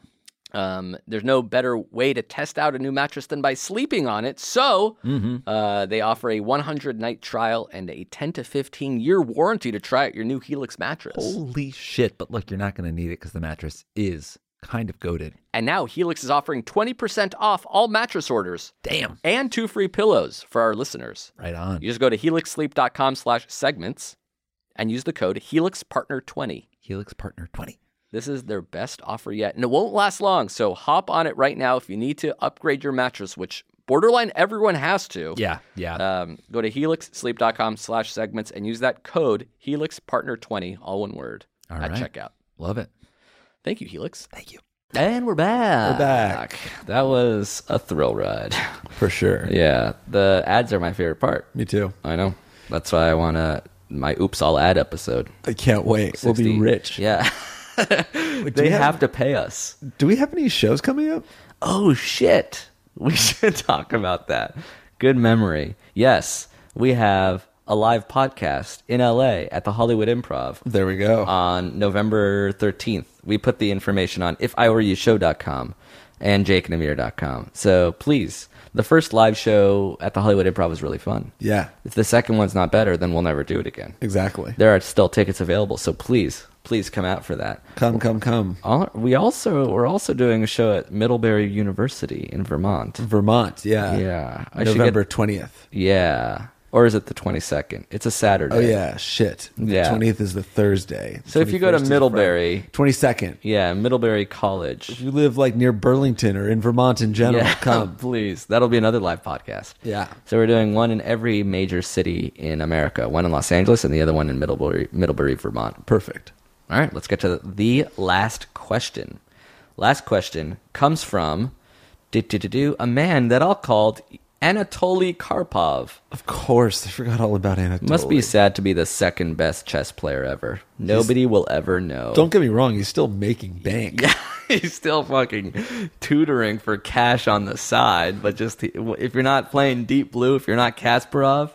Um, there's no better way to test out a new mattress than by sleeping on it. So uh, they offer a 100 night trial and a 10 to 15 year warranty to try out your new Helix mattress.
Holy shit! But look, you're not going to need it because the mattress is kind of goaded.
And now Helix is offering 20% off all mattress orders
Damn.
and two free pillows for our listeners.
Right on.
You just go to helixsleep.com slash segments and use the code HelixPartner20.
Helix Partner 20.
This is their best offer yet, and it won't last long. So hop on it right now if you need to upgrade your mattress, which borderline everyone has to.
Yeah, yeah.
Um, go to helixsleep.com slash segments and use that code HelixPartner20, all one word,
All
at
right.
checkout.
Love it.
Thank you, Helix.
Thank you.
And we're back.
We're back.
That was a thrill ride.
Uh, For sure.
yeah, the ads are my favorite part.
Me too.
I know. That's why I want to my oops all ad episode.
I can't wait. We'll be
60.
rich.
Yeah.
do
they
we have-
have to pay us.
Do we have any shows coming up?
Oh shit. We should talk about that. Good memory. Yes, we have a live podcast in LA at the Hollywood Improv
There we go.
on November 13th. We put the information on ifiwereyoushow.com and jakeandamir.com. So please, the first live show at the Hollywood Improv was really fun.
yeah,
If the second one's not better, then we'll never do it again.
exactly.
There are still tickets available, so please, please come out for that.
Come, come, come.
All, we also we're also doing a show at Middlebury University in Vermont.
Vermont. Yeah.
Yeah, I should
Mm-hmm. November
get-
20th.
Yeah, or is it the twenty second? It's a Saturday.
Oh, yeah. Shit.
Yeah.
20th is the Thursday.
So if you go to
21st is the Friday.
Middlebury,
22nd.
yeah, Middlebury College,
If you live like near Burlington or in Vermont in general,
yeah,
Oh, come.
please. That'll be another live podcast.
Yeah.
So we're doing one in every major city in America. One in Los Angeles, and the other one in Middlebury, Middlebury, Vermont.
Perfect.
All right, let's get to the last question. Last question comes from do, do, do, do, a man that I'll call Anatoly Karpov.
Of course. I forgot all about Anatoly.
Must be sad to be the second best chess player ever. Nobody will ever know.
Don't get me wrong. He's still making bank.
He's still fucking tutoring for cash on the side, but just if you're not playing Deep Blue, if you're not Kasparov,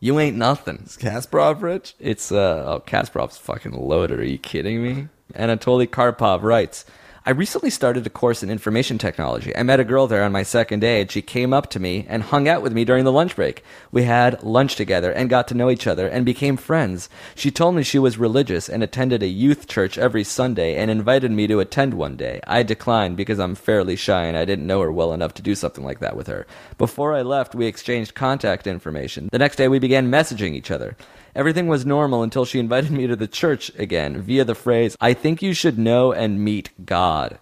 you ain't nothing.
Kasparov, Rich?
It's uh oh Kasparov's fucking loaded. Are you kidding me? Anatoly Karpov writes, I recently started a course in information technology. I met a girl there on my second day and she came up to me and hung out with me during the lunch break. We had lunch together and got to know each other and became friends. She told me she was religious and attended a youth church every Sunday and invited me to attend one day. I declined because I'm fairly shy and I didn't know her well enough to do something like that with her. Before I left, we exchanged contact information. The next day we began messaging each other. Everything was normal until she invited me to the church again via the phrase, I think you should know and meet God.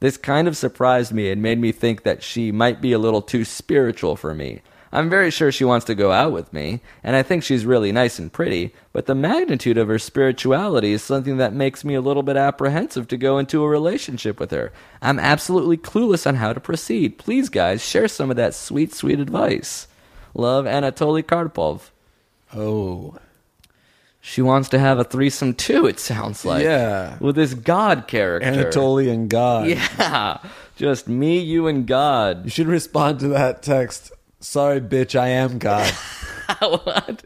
This kind of surprised me and made me think that she might be a little too spiritual for me. I'm very sure she wants to go out with me, and I think she's really nice and pretty, but the magnitude of her spirituality is something that makes me a little bit apprehensive to go into a relationship with her. I'm absolutely clueless on how to proceed. Please, guys, share some of that sweet, sweet advice. Love, Anatoly Karpov.
Oh.
She wants to have a threesome too. It sounds like
Yeah.
with this God character.
Anatoly and God.
Yeah, just me, you, and God.
You should respond to that text. Sorry, bitch, I am God.
What?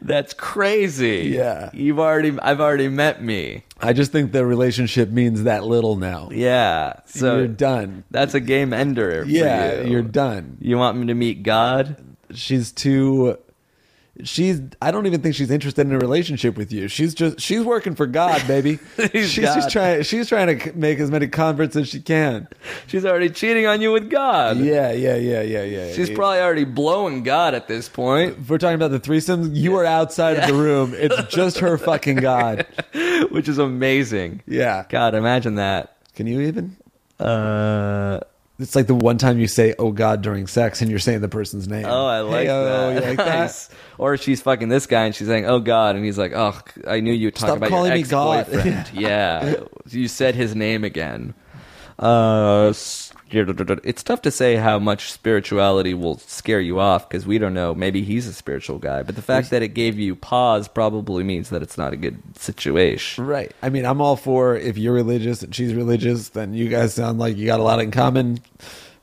That's crazy.
Yeah.
you've already. I've already met me.
I just think the relationship means that little now.
Yeah. So
you're done.
That's a game ender. for
Yeah,
you.
you. are done.
You want me to meet God?
She's too. She's. I don't even think she's interested in a relationship with you. She's just. She's working for God, baby. she's
God.
just trying. She's trying to c- make as many converts as she can.
She's already cheating on you with God.
Yeah, yeah, yeah, yeah, yeah.
She's
yeah.
probably already blowing God at this point,
If we're talking about the threesomes, you are outside of the room. It's just her fucking God.
which is amazing.
Yeah.
God, imagine that.
Can you even?
Uh,
It's like the one time you say "Oh God" during sex, and you're saying the person's name.
oh, I like
Hey-oh,
that.
You like that?
Nice. Or she's fucking this guy and she's saying, "Oh God," and he's like, "Oh, I knew you were talking
Stop
about
calling
your
me God.
ex-boyfriend." yeah, you said his name again. Uh, s- it's tough to say how much spirituality will scare you off because we don't know. Maybe he's a spiritual guy, but the fact that it gave you pause probably means that it's not a good situation.
Right. I mean, I'm all for if you're religious and she's religious, then you guys sound like you got a lot in common.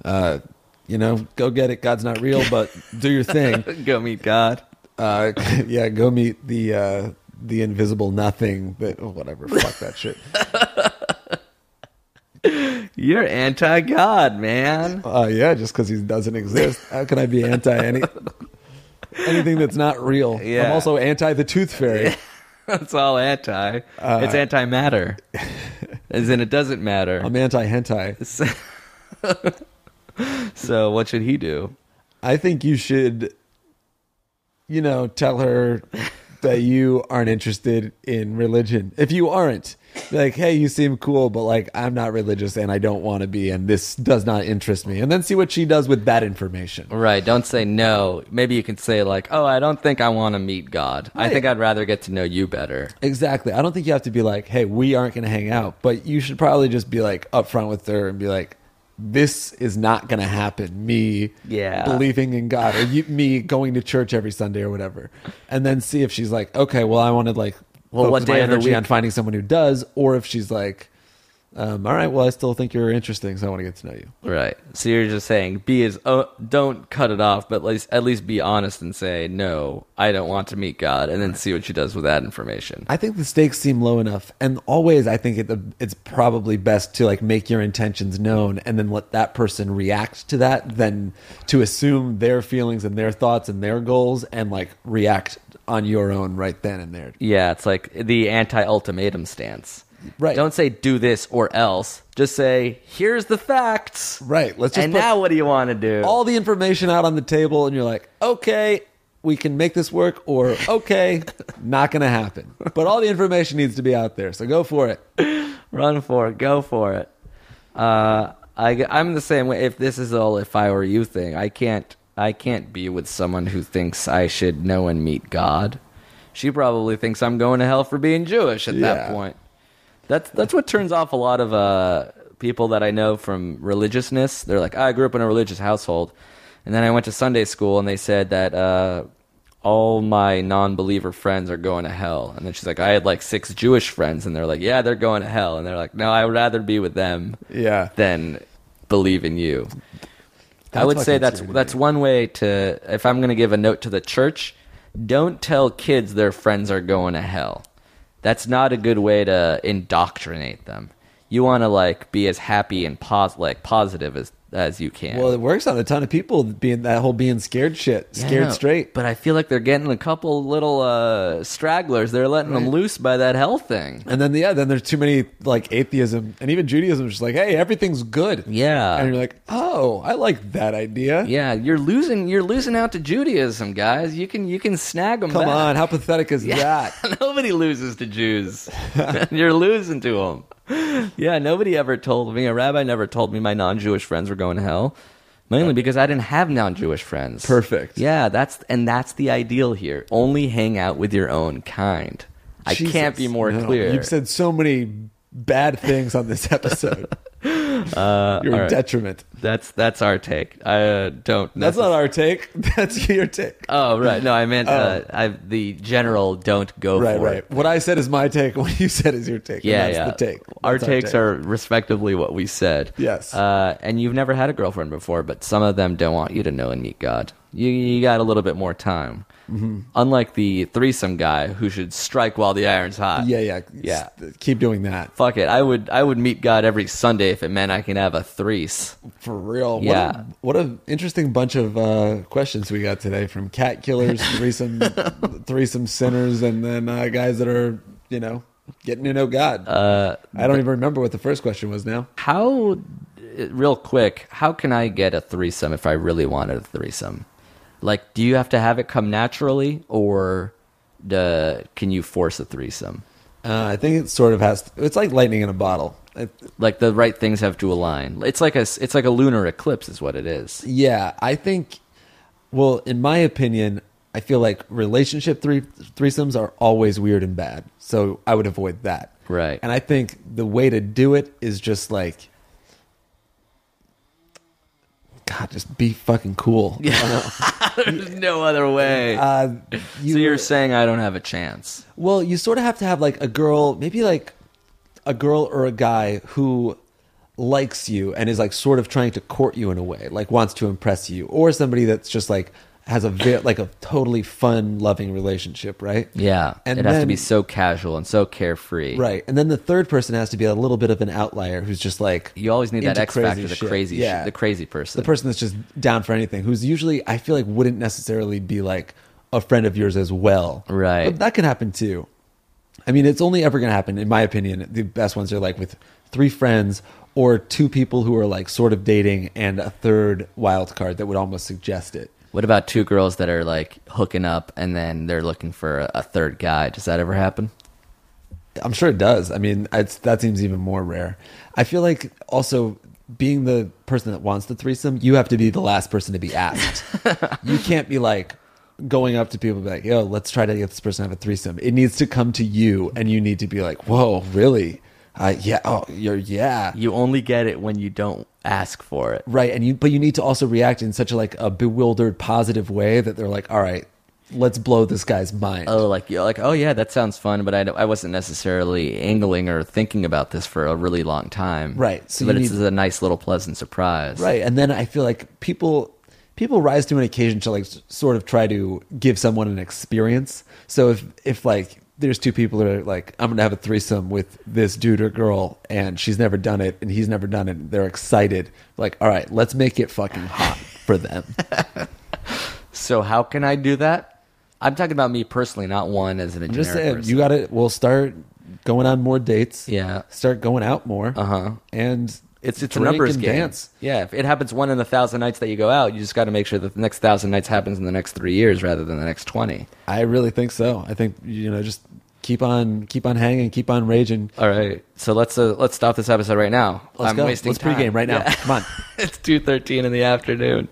Uh, you know, go get it. God's not real, but do your thing.
Go meet God.
Uh, yeah, go meet the uh, the invisible nothing. But whatever, fuck that shit.
You're anti God, man.
Uh, yeah, just because he doesn't exist, how can I be anti any anything that's not real?
Yeah.
I'm also anti the tooth fairy.
It's all anti.
Uh,
it's anti matter. As in, it doesn't matter.
I'm anti hentai.
so, what should he do?
I think you should, you know, tell her that you aren't interested in religion. If you aren't, be like, hey, you seem cool, but like, I'm not religious and I don't want to be, and this does not interest me. And then see what she does with that information.
Right. Don't say no. Maybe you can say, like, oh, I don't think I want to meet God. I think I'd rather get to know you better.
Exactly. I don't think you have to be like, hey, we aren't going to hang out, but you should probably just be like upfront with her and be like, this is not going to happen. Me
Yeah.
believing in God or you, me going to church every Sunday or whatever. And then see if she's like, okay, well, I want to like
Well,
focus
what day
my
of the
energy
week?
on finding someone who does, or if she's like, um, all right, well, I still think you're interesting, so I want to get to know you.
Right. So, you're just saying, be is, oh, don't cut it off, but at least, at least be honest and say, no, I don't want to meet God, and then see what she does with that information.
I think the stakes seem low enough, and always I think it, it's probably best to like make your intentions known, and then let that person react to that, than to assume their feelings and their thoughts and their goals, and like react on your own right then and there.
Yeah, it's like the anti ultimatum stance.
Right.
Don't say do this or else. Just say here's the facts.
Right, let's just
and
put-
now what do you want to do?
All the information out on the table, and you're like, okay, we can make this work, or okay, not gonna happen. But all the information needs to be out there, so go for it.
Run for it. Go for it. Uh, I I'm the same way. If this is all if I were you thing, I can't I can't be with someone who thinks I should know and meet God. She probably thinks I'm going to hell for being Jewish at that
Yeah.
point. That's that's what turns off a lot of uh, people that I know from religiousness. They're like, I grew up in a religious household, and then I went to Sunday school, and they said that uh, all my non-believer friends are going to hell. And then she's like, I had like six Jewish friends, and they're like, Yeah, they're going to hell. And they're like, No, I would rather be with them
Yeah.
than believe in you. I
That's
would
what
say that's
conspiracy
that's one way to. If I'm going to give a note to the church, don't tell kids their friends are going to hell. That's not a good way to indoctrinate them. You want to like be as happy and pos- like positive as as you can.
Well, it works on a ton of people being that whole being scared shit,
Yeah, I
scared
know,
straight.
But I feel like they're getting a couple little uh, stragglers. They're letting them loose by that hell thing.
And then yeah, then there's too many like atheism and even Judaism is just like, hey, everything's good.
Yeah.
And you're like, oh, I like that idea.
Yeah, you're losing. You're losing out to Judaism, guys. You can you can snag them.
Come on, how pathetic is that?
nobody loses to Jews. You're losing to them. Yeah, nobody ever told me. A rabbi never told me my non-Jewish friends were going to hell, mainly because I didn't have non-Jewish friends.
Perfect.
Yeah, that's and that's the ideal here. Only hang out with your own kind. I can't be
Jesus,
more
no.
clear.
You've said so many bad things on this episode. you're a
Uh, right.
detriment.
that's that's our take. I uh, don't.
That's not our take. That's your take.
Oh right, no, I meant uh, I, the general. Don't go
right,
for
right.
it.
What I said is my take. What you said is your take. and
Yeah,
that's
yeah.
the take.
Our
That's
takes
take.
are respectively what we said.
Yes.
Uh, and you've never had a girlfriend before, but some of them don't want you to know and meet God. You, you got a little bit more time.
Mm-hmm.
Unlike the threesome guy who should strike while the iron's hot.
Yeah, yeah,
Yeah.
S- Keep doing that
Fuck it. I would I would meet God every Sunday if it meant I can have a threes.
for real. What
Yeah.
a, what a interesting bunch of uh, questions we got today from cat killers, threesome, threesome sinners, and then uh, guys that are you know getting to know God. Uh, I don't even remember what the first question was now.
How real quick, how can I get a threesome if I really wanted a threesome? Like do you have to have it come naturally or uh, can you force a threesome?
Uh, I think it sort of has. To, it's like lightning in a bottle. I,
Like the right things have to align. It's like a s- it's like a lunar eclipse is what it is.
Yeah, I think. Well, in my opinion, I feel like relationship three threesomes are always weird and bad, so I would avoid that.
Right.
And I think the way to do it is just like, God, just be fucking cool. Yeah.
There's no other way.
Uh, you,
so you're saying I don't have a chance.
well, you sort of have to have like a girl, maybe like a girl or a guy who likes you and is like sort of trying to court you in a way, like wants to impress you, or somebody that's just like has a very, like a totally fun, loving relationship, right?
Yeah.
and
it has to
then-
be so casual and so carefree.
Right, and then the third person has to be a little bit of an outlier who's just like
You always need that
into
X factor, the
shit.
crazy shit, the crazy person.
the person that's just down for anything. Who's usually I feel like wouldn't necessarily be like a friend of yours as well,
Right.
But that can happen too. I mean, it's only ever going to happen, in my opinion. The best ones are like with three friends or two people who are like sort of dating, and a third wild card that would almost suggest it.
What about two girls that are like hooking up and then they're looking for a, a third guy? Does that ever happen?
I'm sure it does. I mean, it's, that seems even more rare. I feel like also being the person that wants the threesome, you have to be the last person to be asked. you can't be like going up to people and be like, "Yo, let's try to get this person to have a threesome." It needs to come to you, and you need to be like, "Whoa, really? Uh, yeah, oh, you're yeah."
You only get it when you don't ask for it.
Right, and you but you need to also react in such a like a bewildered positive way that they're like, "All right, let's blow this guy's mind."
Oh, like you're like, oh yeah, that sounds fun, but I, don't- I wasn't necessarily angling or thinking about this for a really long time.
Right, so
but
you
it's
need-
a nice little pleasant surprise.
Right, and then I feel like people people rise to an occasion to like s- sort of try to give someone an experience. So if if like there's two people that are like I'm going to have a threesome with this dude or girl and she's never done it and he's never done it, and they're excited. Like, all right, let's make it fucking hot for them.
So how can I do that? I'm talking about me personally, not one as an
I'm
generic
just saying,
person.
you got to We'll start going on more dates.
Yeah.
start going out more. Uh
Uh-huh.
And
it's it's a
drink
numbers
and
game.
Dance.
Yeah, if it happens one in a thousand nights that you go out, you just got to make sure that the next thousand nights happens in the next three years rather than the next twenty.
I really think so. I think you know, just keep on, keep on hanging, keep on raging.
All right, so let's uh, let's stop this episode right now.
Let's
I'm
go.
wasting
Let's
time.
pregame right now.
Yeah.
Come on.
it's two thirteen in the afternoon.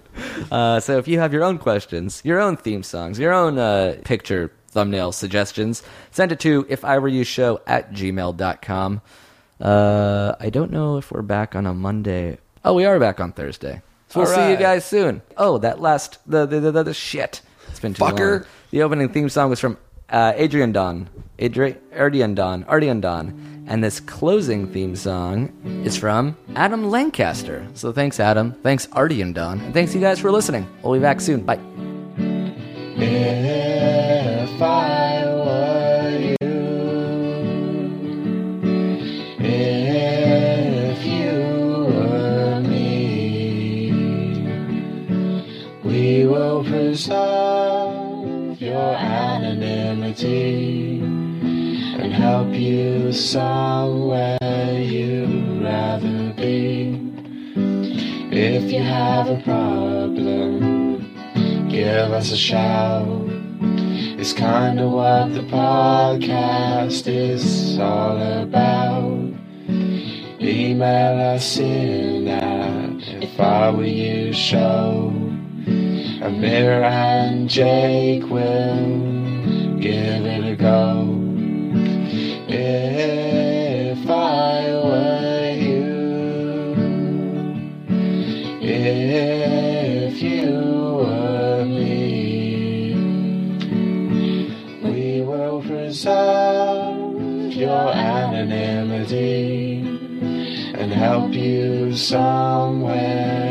Uh, so if you have your own questions, your own theme songs, your own uh, picture thumbnail suggestions, send it to if I were you show at gmail.com. Uh, I don't know if we're back on a Monday. Oh, we are back on Thursday. So we'll
All
see you
right.
guys soon. Oh, that last the the the, the, the shit. It's been too
Fucker.
long. The opening theme song was from uh, Adrian Don, Adri- Ardian Don, Ardian Don, and this closing theme song is from Adam Lancaster. So thanks, Adam. Thanks, Ardian Don, and thanks you guys for listening. We'll be back soon. Bye.
If I were you, if you were me, we will preserve your anonymity and help you somewhere you'd rather be. If you have a problem, give us a shout. It's kind of what the podcast is all about. Email us in at if I were you show. Amir and Jake will give it a go. If I were you, if you were me. We will preserve your anonymity and help you somewhere